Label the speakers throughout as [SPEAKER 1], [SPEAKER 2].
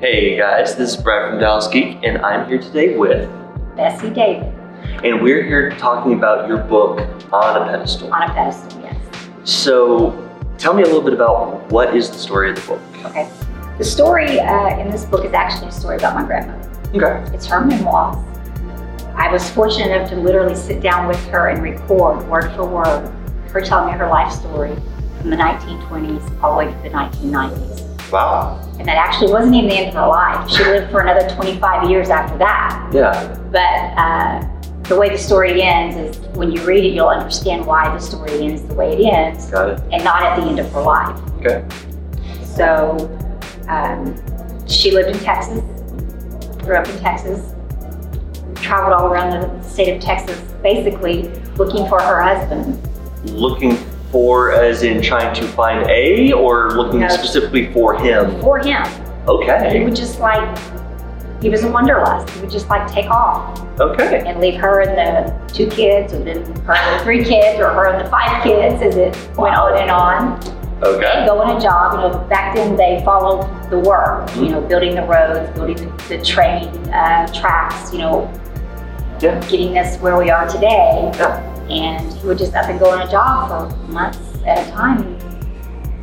[SPEAKER 1] Hey guys, this is Brad from Dallas Geek, and I'm here today with,
[SPEAKER 2] Bessie David
[SPEAKER 1] and we're here talking about your book on a pedestal.
[SPEAKER 2] on a pedestal, yes.
[SPEAKER 1] So, tell me a little bit about what is the story of the book.
[SPEAKER 2] Okay. The story uh, in this book is actually a story about my grandmother.
[SPEAKER 1] Okay.
[SPEAKER 2] It's her memoirs. I was fortunate enough to literally sit down with her and record word for word her telling me her life story from the 1920s all the way to the 1990s.
[SPEAKER 1] Wow.
[SPEAKER 2] And that actually wasn't even the end of her life. She lived for another 25 years after that.
[SPEAKER 1] Yeah.
[SPEAKER 2] But uh, the way the story ends is when you read it, you'll understand why the story ends the way it ends
[SPEAKER 1] Got it.
[SPEAKER 2] and not at the end of her life.
[SPEAKER 1] Okay.
[SPEAKER 2] So um, she lived in Texas, grew up in Texas, traveled all around the state of Texas, basically looking for her husband.
[SPEAKER 1] Looking for, as in trying to find a, or looking
[SPEAKER 2] No.
[SPEAKER 1] specifically for him.
[SPEAKER 2] For him, he
[SPEAKER 1] Okay.
[SPEAKER 2] would just like, he was a wanderlust. He would just like take off
[SPEAKER 1] Okay.
[SPEAKER 2] and leave her and the two kids, or then her and the three kids, or her and the five kids, as it went on and on.
[SPEAKER 1] Okay.
[SPEAKER 2] go on a job, you know, back then they followed the work, you know, building the roads, building the, the train uh, tracks, you know,
[SPEAKER 1] Yeah.
[SPEAKER 2] getting us where we are today.
[SPEAKER 1] Yeah.
[SPEAKER 2] And he would just up and go on a job for months at a time.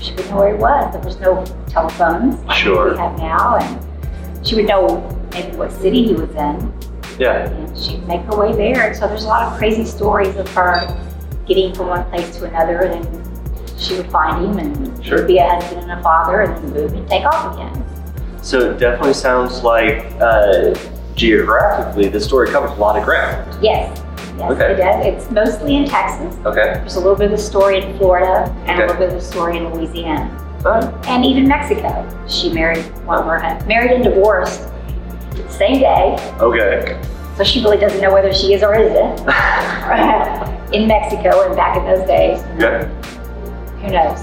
[SPEAKER 2] She wouldn't know where he was. There was no telephones like
[SPEAKER 1] Sure.
[SPEAKER 2] we have now, and she would know maybe what city he was in,
[SPEAKER 1] Yeah.
[SPEAKER 2] and she'd make her way there. And so there's a lot of crazy stories of her getting from one place to another, and then she would find him and
[SPEAKER 1] Sure.
[SPEAKER 2] be a husband and a father and then move and take off again.
[SPEAKER 1] So it definitely sounds like uh, geographically, the story covers a lot of ground.
[SPEAKER 2] Yes, yes,
[SPEAKER 1] Okay.
[SPEAKER 2] it does. It's mostly in Texas.
[SPEAKER 1] Okay.
[SPEAKER 2] There's a little bit of the story in Florida and
[SPEAKER 1] Okay.
[SPEAKER 2] a little bit of the story in Louisiana
[SPEAKER 1] Uh,
[SPEAKER 2] and even Mexico. She married one of her hu- married and divorced the same day,
[SPEAKER 1] okay.
[SPEAKER 2] so she really doesn't know whether she is or isn't in Mexico. And back in those days,
[SPEAKER 1] okay.
[SPEAKER 2] who knows?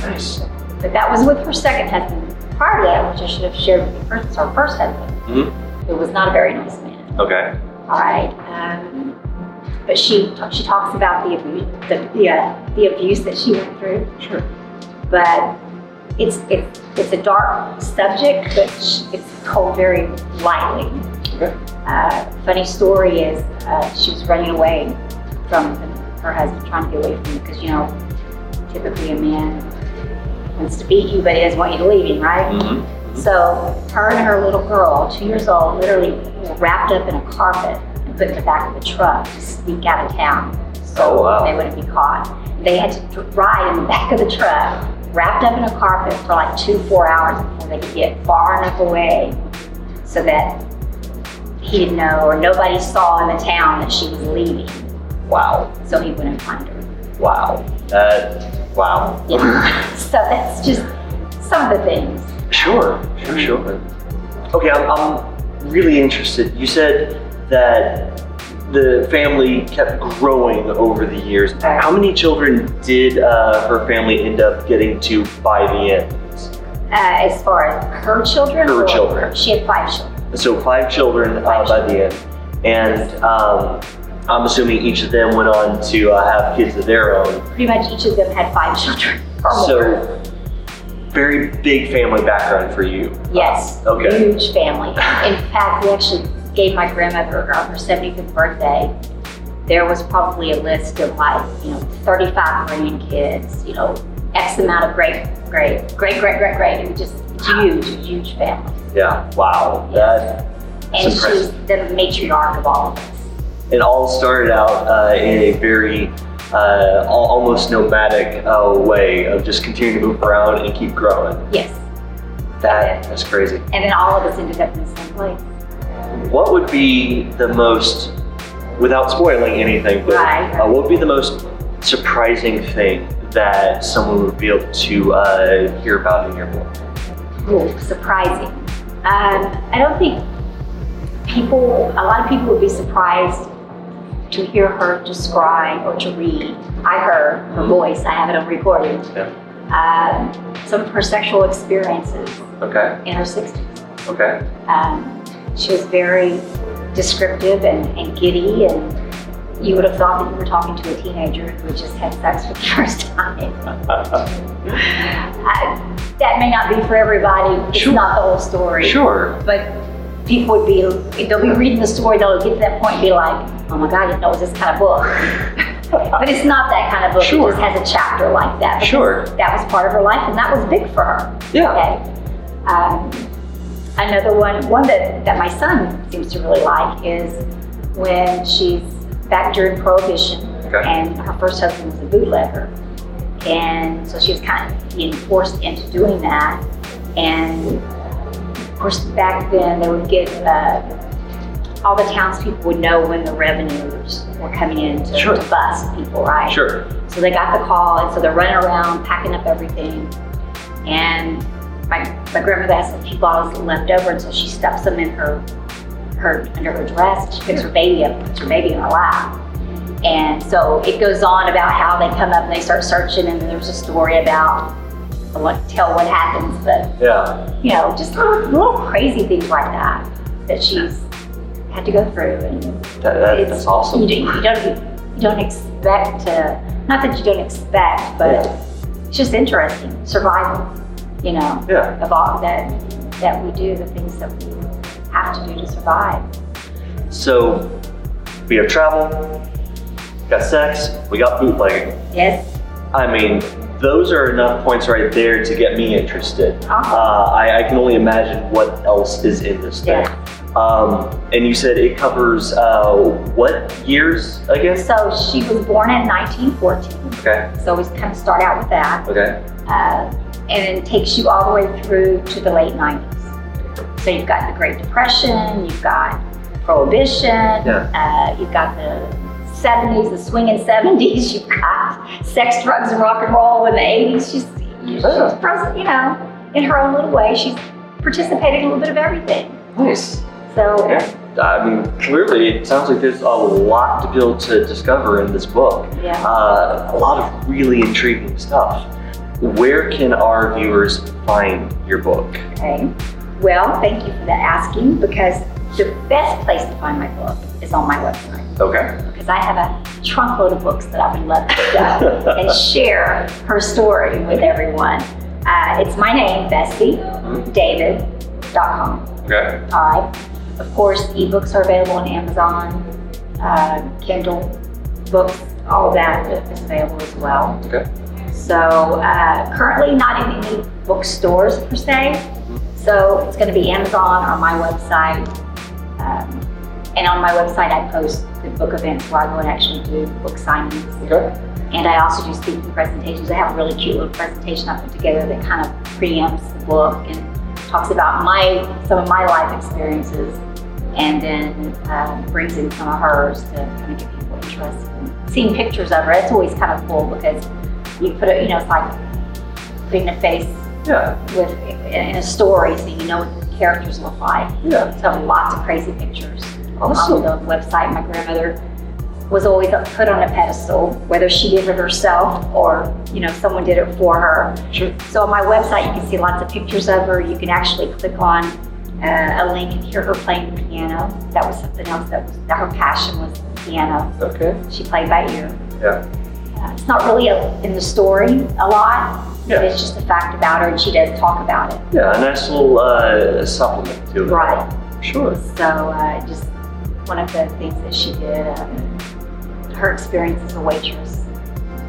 [SPEAKER 1] Nice.
[SPEAKER 2] But that was with her second husband. Prior to that, which I should have shared with you first, her first husband,
[SPEAKER 1] hmm
[SPEAKER 2] who was not a very nice man.
[SPEAKER 1] Okay.
[SPEAKER 2] All right. Um, but she she talks about the abuse, the the, uh, the abuse that she went through.
[SPEAKER 1] Sure.
[SPEAKER 2] But it's it's it's a dark subject, but sh- it's told very lightly.
[SPEAKER 1] Okay.
[SPEAKER 2] Uh, funny story is uh, she was running away from the, her husband, trying to get away from him because you know typically a man wants to beat you, but he doesn't want you to leave him, right?
[SPEAKER 1] hmm
[SPEAKER 2] So her and her little girl, two years old, literally were wrapped up in a carpet and put in the back of the truck to sneak out of town. So
[SPEAKER 1] Oh, wow.
[SPEAKER 2] they wouldn't be caught. They had to dr- ride in the back of the truck, wrapped up in a carpet for like two, four hours before they could get far enough away so that he didn't know or nobody saw in the town that she was leaving.
[SPEAKER 1] Wow.
[SPEAKER 2] So he wouldn't find her.
[SPEAKER 1] Wow. That. Wow.
[SPEAKER 2] Yeah. so that's just some of the things.
[SPEAKER 1] Sure. Sure. Sure. Okay. I'm, I'm really interested. You said that the family kept growing over the years.
[SPEAKER 2] Right.
[SPEAKER 1] How many children did uh, her family end up getting to by the end?
[SPEAKER 2] Uh, as far as her children,
[SPEAKER 1] Her
[SPEAKER 2] or-
[SPEAKER 1] children.
[SPEAKER 2] She had five children.
[SPEAKER 1] So five children uh, by the end, and um, I'm assuming each of them went on to uh, have kids of their own.
[SPEAKER 2] Pretty much each of them had five children or more.
[SPEAKER 1] So, very big family background for you.
[SPEAKER 2] yes,
[SPEAKER 1] Okay.
[SPEAKER 2] huge family. In fact, we actually gave my grandmother on her 75th birthday. There was probably a list of like you know 35 grandkids, you know, X amount of great, great, great, great, great, great. It was just huge, huge family.
[SPEAKER 1] Yeah. Wow. That
[SPEAKER 2] And
[SPEAKER 1] That's
[SPEAKER 2] she was the matriarch of all of us.
[SPEAKER 1] it all started out uh, in a very uh, al- almost nomadic uh, way of just continuing to move around and keep growing.
[SPEAKER 2] Yes.
[SPEAKER 1] That that's crazy.
[SPEAKER 2] And then all of us ended up in the same place.
[SPEAKER 1] What would be the most, without spoiling anything, but
[SPEAKER 2] Right.
[SPEAKER 1] uh, what would be the most surprising thing that someone would be able to uh, hear about in your book?
[SPEAKER 2] Ooh, surprising. Um, I don't think people, a lot of people would be surprised to hear her describe or to read. I heard her
[SPEAKER 1] Mhm.
[SPEAKER 2] voice, I have it on recording.
[SPEAKER 1] Yeah.
[SPEAKER 2] Um, some of her sexual experiences
[SPEAKER 1] Okay.
[SPEAKER 2] in her 60s.
[SPEAKER 1] Okay.
[SPEAKER 2] Um, she was very descriptive and, and giddy and you would have thought that you were talking to a teenager who had just had sex for the first time. I, that may not be for everybody. It's
[SPEAKER 1] Sure.
[SPEAKER 2] not the whole story.
[SPEAKER 1] Sure.
[SPEAKER 2] But people would be, they'll be reading the story, they'll get to that point and be like, oh my God, you know, it's this kind of book. but it's not that kind of book.
[SPEAKER 1] Sure.
[SPEAKER 2] It just has a chapter like that. because
[SPEAKER 1] Sure.
[SPEAKER 2] That was part of her life and that was big for her.
[SPEAKER 1] Yeah.
[SPEAKER 2] Okay. Um, another one, one that, that my son seems to really like is when she's back during Prohibition
[SPEAKER 1] Okay.
[SPEAKER 2] and her first husband was a bootlegger. And so she was kind of being forced into doing that. And of course, back then they would get uh, all the townspeople would know when the revenues were coming in to,
[SPEAKER 1] Sure.
[SPEAKER 2] to bust people, right?
[SPEAKER 1] Sure.
[SPEAKER 2] So they got the call, and so they're running around packing up everything. And my, my grandmother has a few bottles left over, and so she stuffs them in her her under her dress. She picks her baby up, puts her baby in her lap. And so it goes on about how they come up and they start searching, and there's a story about I won't tell what happens, but
[SPEAKER 1] Yeah.
[SPEAKER 2] you know, just little, little crazy things like that that she's had to go through. And
[SPEAKER 1] That, that,
[SPEAKER 2] it's-
[SPEAKER 1] that's awesome.
[SPEAKER 2] You, don't- you don't you don't expect to. Not that you don't expect, but
[SPEAKER 1] Yeah.
[SPEAKER 2] it's just interesting survival. You know,
[SPEAKER 1] Yeah.
[SPEAKER 2] of all that that we do, the things that we have to do to survive.
[SPEAKER 1] So we have travel, got sex, we got bootlegging.
[SPEAKER 2] Yes.
[SPEAKER 1] I mean, those are enough points right there to get me interested.
[SPEAKER 2] Awesome.
[SPEAKER 1] Uh, I, I can only imagine what else is in this thing. Um, and you said it covers uh, what years again?
[SPEAKER 2] So she was born in 1914.
[SPEAKER 1] Okay.
[SPEAKER 2] So we kind of start out with that,
[SPEAKER 1] Okay.
[SPEAKER 2] uh, and then takes you all the way through to the late 90s. So you've got the Great Depression, you've got Prohibition,
[SPEAKER 1] Yeah.
[SPEAKER 2] uh, you've got the 70s, the swinging 70s, you've got sex, drugs, and rock and roll in the 80s. She's, she's
[SPEAKER 1] Yeah.
[SPEAKER 2] present, you know, in her own little way. She's participated in a little bit of everything.
[SPEAKER 1] Nice.
[SPEAKER 2] So,
[SPEAKER 1] Yeah. I mean, clearly, it sounds like there's a lot to be able to discover in this book.
[SPEAKER 2] yeah.
[SPEAKER 1] Uh, a lot of really intriguing stuff. Where can our viewers find your book?
[SPEAKER 2] Okay. Well, thank you for that asking because the best place to find my book is on my website.
[SPEAKER 1] Okay.
[SPEAKER 2] because I have a trunkload of books that I would love to go and share her story with everyone. Uh, it's my name, Bessie David.com.
[SPEAKER 1] Okay.
[SPEAKER 2] I, of course, ebooks are available on Amazon, uh, Kindle books, all that is available as well.
[SPEAKER 1] Okay.
[SPEAKER 2] So uh, currently not in any bookstores per se. So it's going to be Amazon or my website. Um, and on my website, I post the book events where I go and actually do book signings.
[SPEAKER 1] Okay.
[SPEAKER 2] And I also do speaking presentations. I have a really cute little presentation I put together that kind of preempts the book and talks about my some of my life experiences, and then uh, brings in some of hers to kind of get people interested. in Seeing pictures of her, it's always kind of cool because you put it, you know, it's like putting a face
[SPEAKER 1] Yeah.
[SPEAKER 2] with in a story, so you know what the characters look like.
[SPEAKER 1] Yeah.
[SPEAKER 2] So lots of crazy pictures
[SPEAKER 1] Awesome.
[SPEAKER 2] on the website. My grandmother was always put on a pedestal, whether she did it herself or you know someone did it for her.
[SPEAKER 1] Sure.
[SPEAKER 2] So on my website, you can see lots of pictures of her. You can actually click on uh, a link and hear her playing the piano. That was something else that was that her passion was piano.
[SPEAKER 1] Okay.
[SPEAKER 2] She played by ear.
[SPEAKER 1] Yeah.
[SPEAKER 2] Uh, It's not really a, in the story a lot.
[SPEAKER 1] Yeah.
[SPEAKER 2] But it's just a fact about her, and she does talk about it.
[SPEAKER 1] Yeah. A nice little uh, supplement to it.
[SPEAKER 2] Right.
[SPEAKER 1] Sure.
[SPEAKER 2] So uh, just one of the things that she did, um, her experience as a waitress,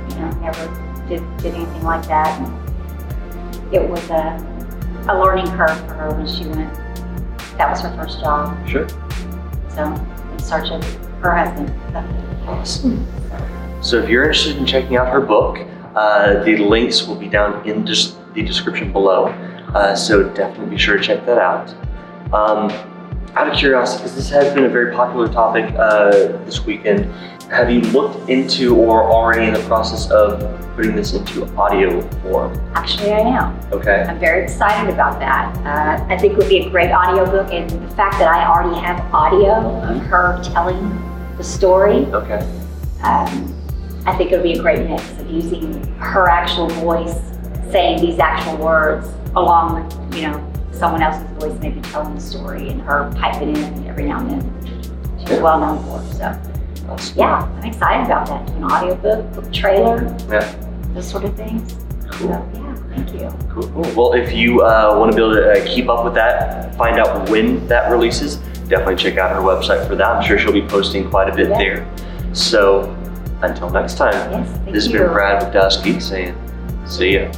[SPEAKER 2] you know, never did, did anything like that. And it was a, a learning curve for her when she went. That was her first job.
[SPEAKER 1] Sure.
[SPEAKER 2] So in search of her husband.
[SPEAKER 1] Awesome. So if you're interested in checking out her book, uh, the links will be down in des- the description below. Uh, so definitely be sure to check that out. Um, out of curiosity, because this has been a very popular topic uh, this weekend, have you looked into or already in the process of putting this into audio form?
[SPEAKER 2] Actually, I am.
[SPEAKER 1] Okay.
[SPEAKER 2] I'm very excited about that. Uh, I think it would be a great audiobook, and the fact that I already have audio of her telling the story
[SPEAKER 1] Okay.
[SPEAKER 2] um, I think it'll be a great mix of using her actual voice, saying these actual words, along with you know someone else's voice maybe telling the story and her piping in every now and then. She's well known for it, so
[SPEAKER 1] Awesome.
[SPEAKER 2] yeah, I'm excited about that. Do an audiobook, book trailer,
[SPEAKER 1] Yeah.
[SPEAKER 2] those sort of things. So,
[SPEAKER 1] Cool.
[SPEAKER 2] yeah, thank you.
[SPEAKER 1] Cool. cool. Well, if you uh, want to be able to uh, keep up with that, find out when that releases, definitely check out her website for that. I'm sure she'll be posting quite a bit
[SPEAKER 2] Yeah.
[SPEAKER 1] there. So until next time,
[SPEAKER 2] Yes, thank
[SPEAKER 1] this has
[SPEAKER 2] you.
[SPEAKER 1] been Brad with Dusky saying, see ya.